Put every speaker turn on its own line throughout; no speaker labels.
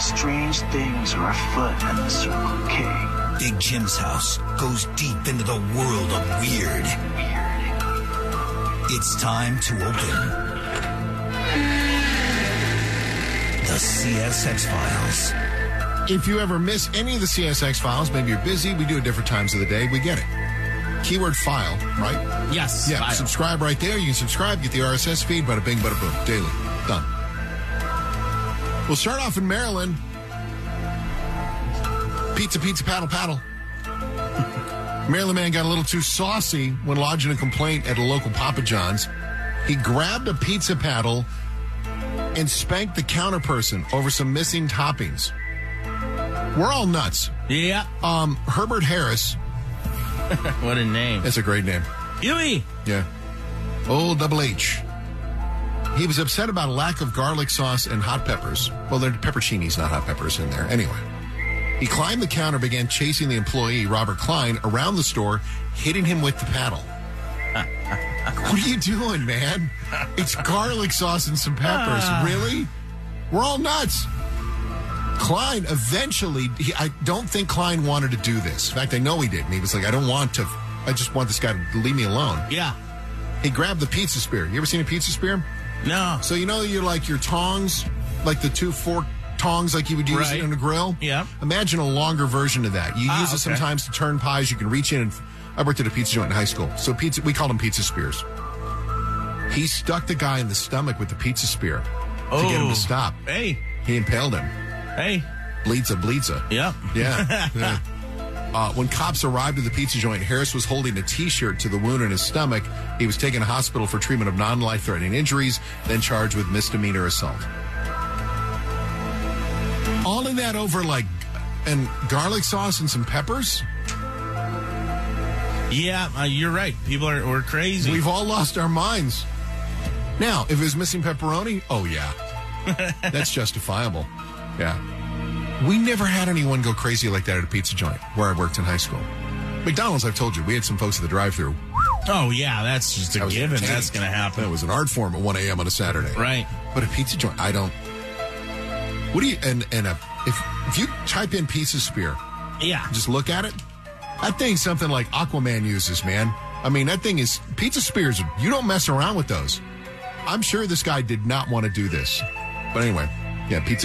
Strange things are afoot in the Circle K.
Big Jim's house goes deep into the world of weird. It's time to open the CSX files.
If you ever miss any of the CSX files, maybe you're busy, we do it different times of the day, we get it. Keyword file, right?
Yes.
Yeah,
bio.
subscribe right there. You can subscribe, get the RSS feed, bada bing, bada boom, daily. Done. We'll start off in Maryland. Pizza, pizza, paddle, paddle. Maryland man got a little too saucy when lodging a complaint at a local Papa John's. He grabbed a pizza paddle and spanked the counter person over some missing toppings. We're all nuts.
Yeah.
Um, Herbert Harris,
What a name.
that's a great name.
Huey.
Yeah. Old Double H. He was upset about a lack of garlic sauce and hot peppers. Well, they're pepperoncinis, not hot peppers, in there. Anyway. He climbed the counter, began chasing the employee, Robert Klein, around the store, hitting him with the paddle. what are you doing, man? It's garlic sauce and some peppers. Really? We're all nuts. Klein eventually, he, I don't think Klein wanted to do this. In fact, I know he didn't. He was like, I don't want to, I just want this guy to leave me alone.
Yeah.
He grabbed the pizza spear. You ever seen a pizza spear?
No.
So you know you're like your tongs, like the two fork tongs like you would use
Right.
in a grill?
Yeah.
Imagine a longer version of that. You
Ah,
use it
okay.
sometimes to turn pies. You can reach in and I worked at a pizza joint in high school. So pizza we called them pizza spears. He stuck the guy in the stomach with the pizza spear to get him
Oh.
to stop.
Hey.
He impaled him.
Hey.
Bleeds a bleeds a.
Yeah.
Yeah. yeah. Uh, when cops arrived at the pizza joint, Harris was holding a T-shirt to the wound in his stomach. He was taken to hospital for treatment of non-life-threatening injuries, then charged with misdemeanor assault. All of that over like and garlic sauce and some peppers.
Yeah. Uh, you're right. People are we're crazy.
We've all lost our minds. Now, if it was missing pepperoni, oh yeah, that's justifiable. Yeah, we never had anyone go crazy like that at a pizza joint where I worked in high school. McDonald's, I've told you, we had some folks at the drive-through.
oh yeah. That's just a
was
given.
intense.
That's gonna happen.
That was an art form at 1 a.m. on a Saturday.
Right.
But a pizza joint, I don't. What do you and and a, if if you type in pizza spear,
Yeah.
just look at it. That thing's something like Aquaman uses, man. I mean, that thing is pizza spears. You don't mess around with those. I'm sure this guy did not want to do this, but anyway, yeah, pizza.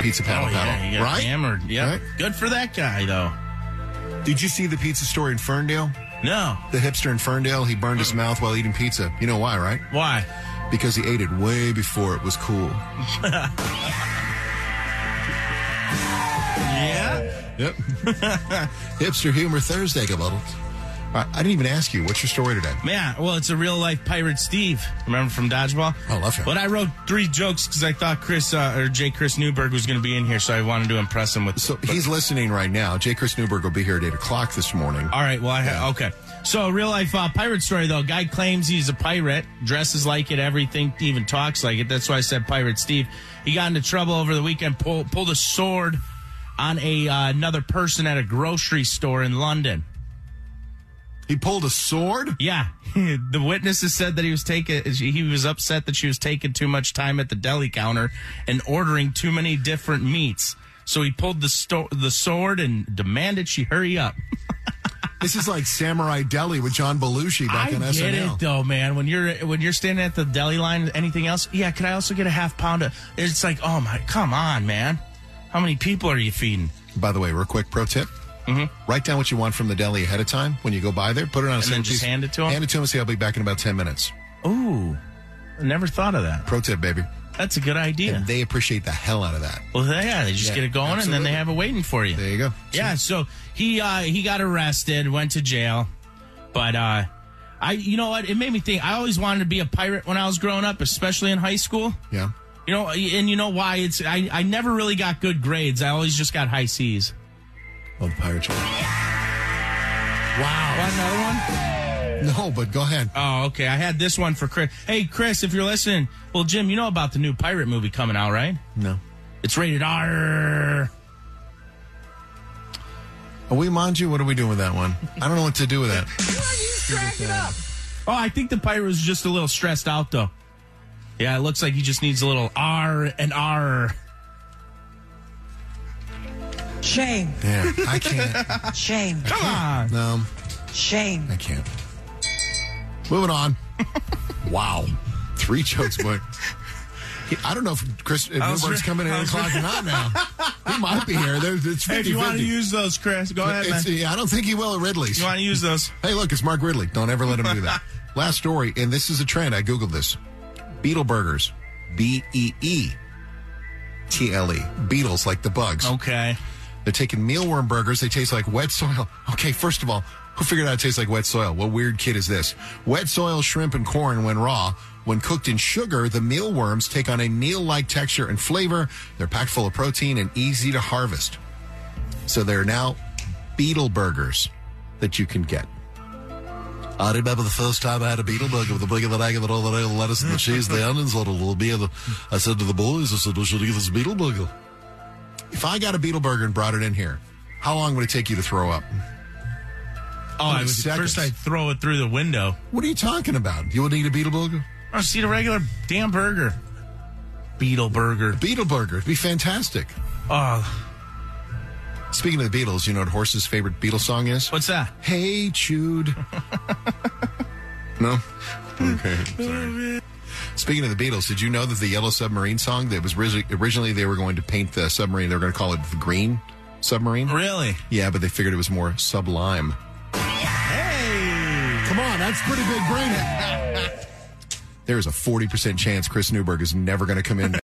Pizza paddle
oh
paddle,
yeah. You got
right?
hammered. Yeah.
Right?
Good for that guy though.
Did you see the pizza story in Ferndale?
No.
The hipster in Ferndale, he burned his mouth while eating pizza. You know why, right?
Why?
because he ate it way before it was cool.
Yeah.
Yep. Hipster humor Thursday, Gabuddles. All right, I didn't even ask you. What's your story today?
Man, well, it's a real life pirate Steve. Remember from Dodgeball?
Oh, I love him.
But I wrote three jokes because I thought Chris uh, or J. Chris Newberg was going to be in here, so I wanted to impress him with.
So he's listening right now. J. Chris Newberg will be here at 8 o'clock this morning.
All right. Well, I ha- okay. So, a real life uh, pirate story though. Guy claims he's a pirate, dresses like it, everything, even talks like it. That's why I said pirate Steve. He got into trouble over the weekend. Pull- pulled a sword on a uh, another person at a grocery store in London.
He pulled a sword?
Yeah, the witnesses said that he was taking. He was upset that she was taking too much time at the deli counter and ordering too many different meats. So he pulled the sto- the sword and demanded she hurry up.
This is like Samurai Deli with John Belushi back
I
on
get
SNL.
it though, man. When you're when you're standing at the deli line, anything else? Yeah, could I also get a half pound of? It's like, oh my, come on, man. How many people are you feeding?
By the way, real quick pro tip. Write down what you want from the deli ahead of time when you go by there. Put it on a
Mm-hmm.
separate
And then just
piece-
hand it to him?
Hand it to him and say, I'll be back in about 10 minutes.
Ooh, I never thought of that.
Pro tip, baby.
That's a good idea.
And they appreciate the hell out of that.
well, yeah, they just
Yeah,
get it going, and then
absolutely.
they have it waiting for you.
There you go.
Yeah, so he uh he got arrested, went to jail. But uh I you know what, it made me think I always wanted to be a pirate when I was growing up, especially in high school.
Yeah.
You know, and you know why? It's I, I never really got good grades. I always just got high C's.
Oh, the Pirates won.
Wow. Want another one?
No, but go ahead.
Oh, okay. I had this one for Chris. Hey, Chris, if you're listening, well, Jim, you know about the new pirate movie coming out, right?
No.
It's rated R.
Are we Manju? What are we doing with that one? I don't know what to do with that.
Oh, I think the pirate was just a little stressed out, though. Yeah, it looks like he just needs a little R and R.
Shame,
Yeah, I can't.
shame,
Come on.
No,
shame.
I can't. Moving on. Wow. Three jokes, but I don't know if Chris if
I was
Newberg's
re-
coming at
I
8
was
o'clock or not now. He might be here. There's, it's 50
Hey, if you want to
50.
use those, Chris, go ahead, man.
It's- yeah, I don't think he will at Ridley's.
You want to use those?
Hey, look, it's Mark Ridley. Don't ever let him do that. Last story, and this is a trend. I Googled this. Beetle burgers. B E E T L E. Beetles, like the bugs.
Okay.
They're taking mealworm burgers. They taste like wet soil. Okay, first of all, who figured out it tastes like wet soil? What weird kid is this? Wet soil, shrimp, and corn, when raw, when cooked in sugar, the mealworms take on a meal like texture and flavor. They're packed full of protein and easy to harvest. So there are now beetle burgers that you can get. I remember the first time I had a beetle burger with the big of the egg and all the lettuce and the cheese, the onions, and a little beer. I said to the boys, I said, I should get this beetle burger. If I got a beetle burger and brought it in here, how long would it take you to throw up?
Oh, I
many
was,
seconds?
first I'd throw it through the window.
What are you talking about? You would need a beetle burger?
I just eat a regular damn burger. Beetle burger.
Beetle burger. It'd be fantastic.
Oh,
Speaking of the Beatles, you know what Horse's favorite Beatles song is?
what's that?
Hey, Jude. no? Okay, sorry. Speaking of the Beatles, did you know that the Yellow Submarine song that was orig- originally they were going to paint the submarine, they were going to call it the Green Submarine?
Really?
Yeah, but they figured it was more sublime.
Hey.
Come on, that's pretty big brain. There is a 40% chance Chris Newberg is never going to come in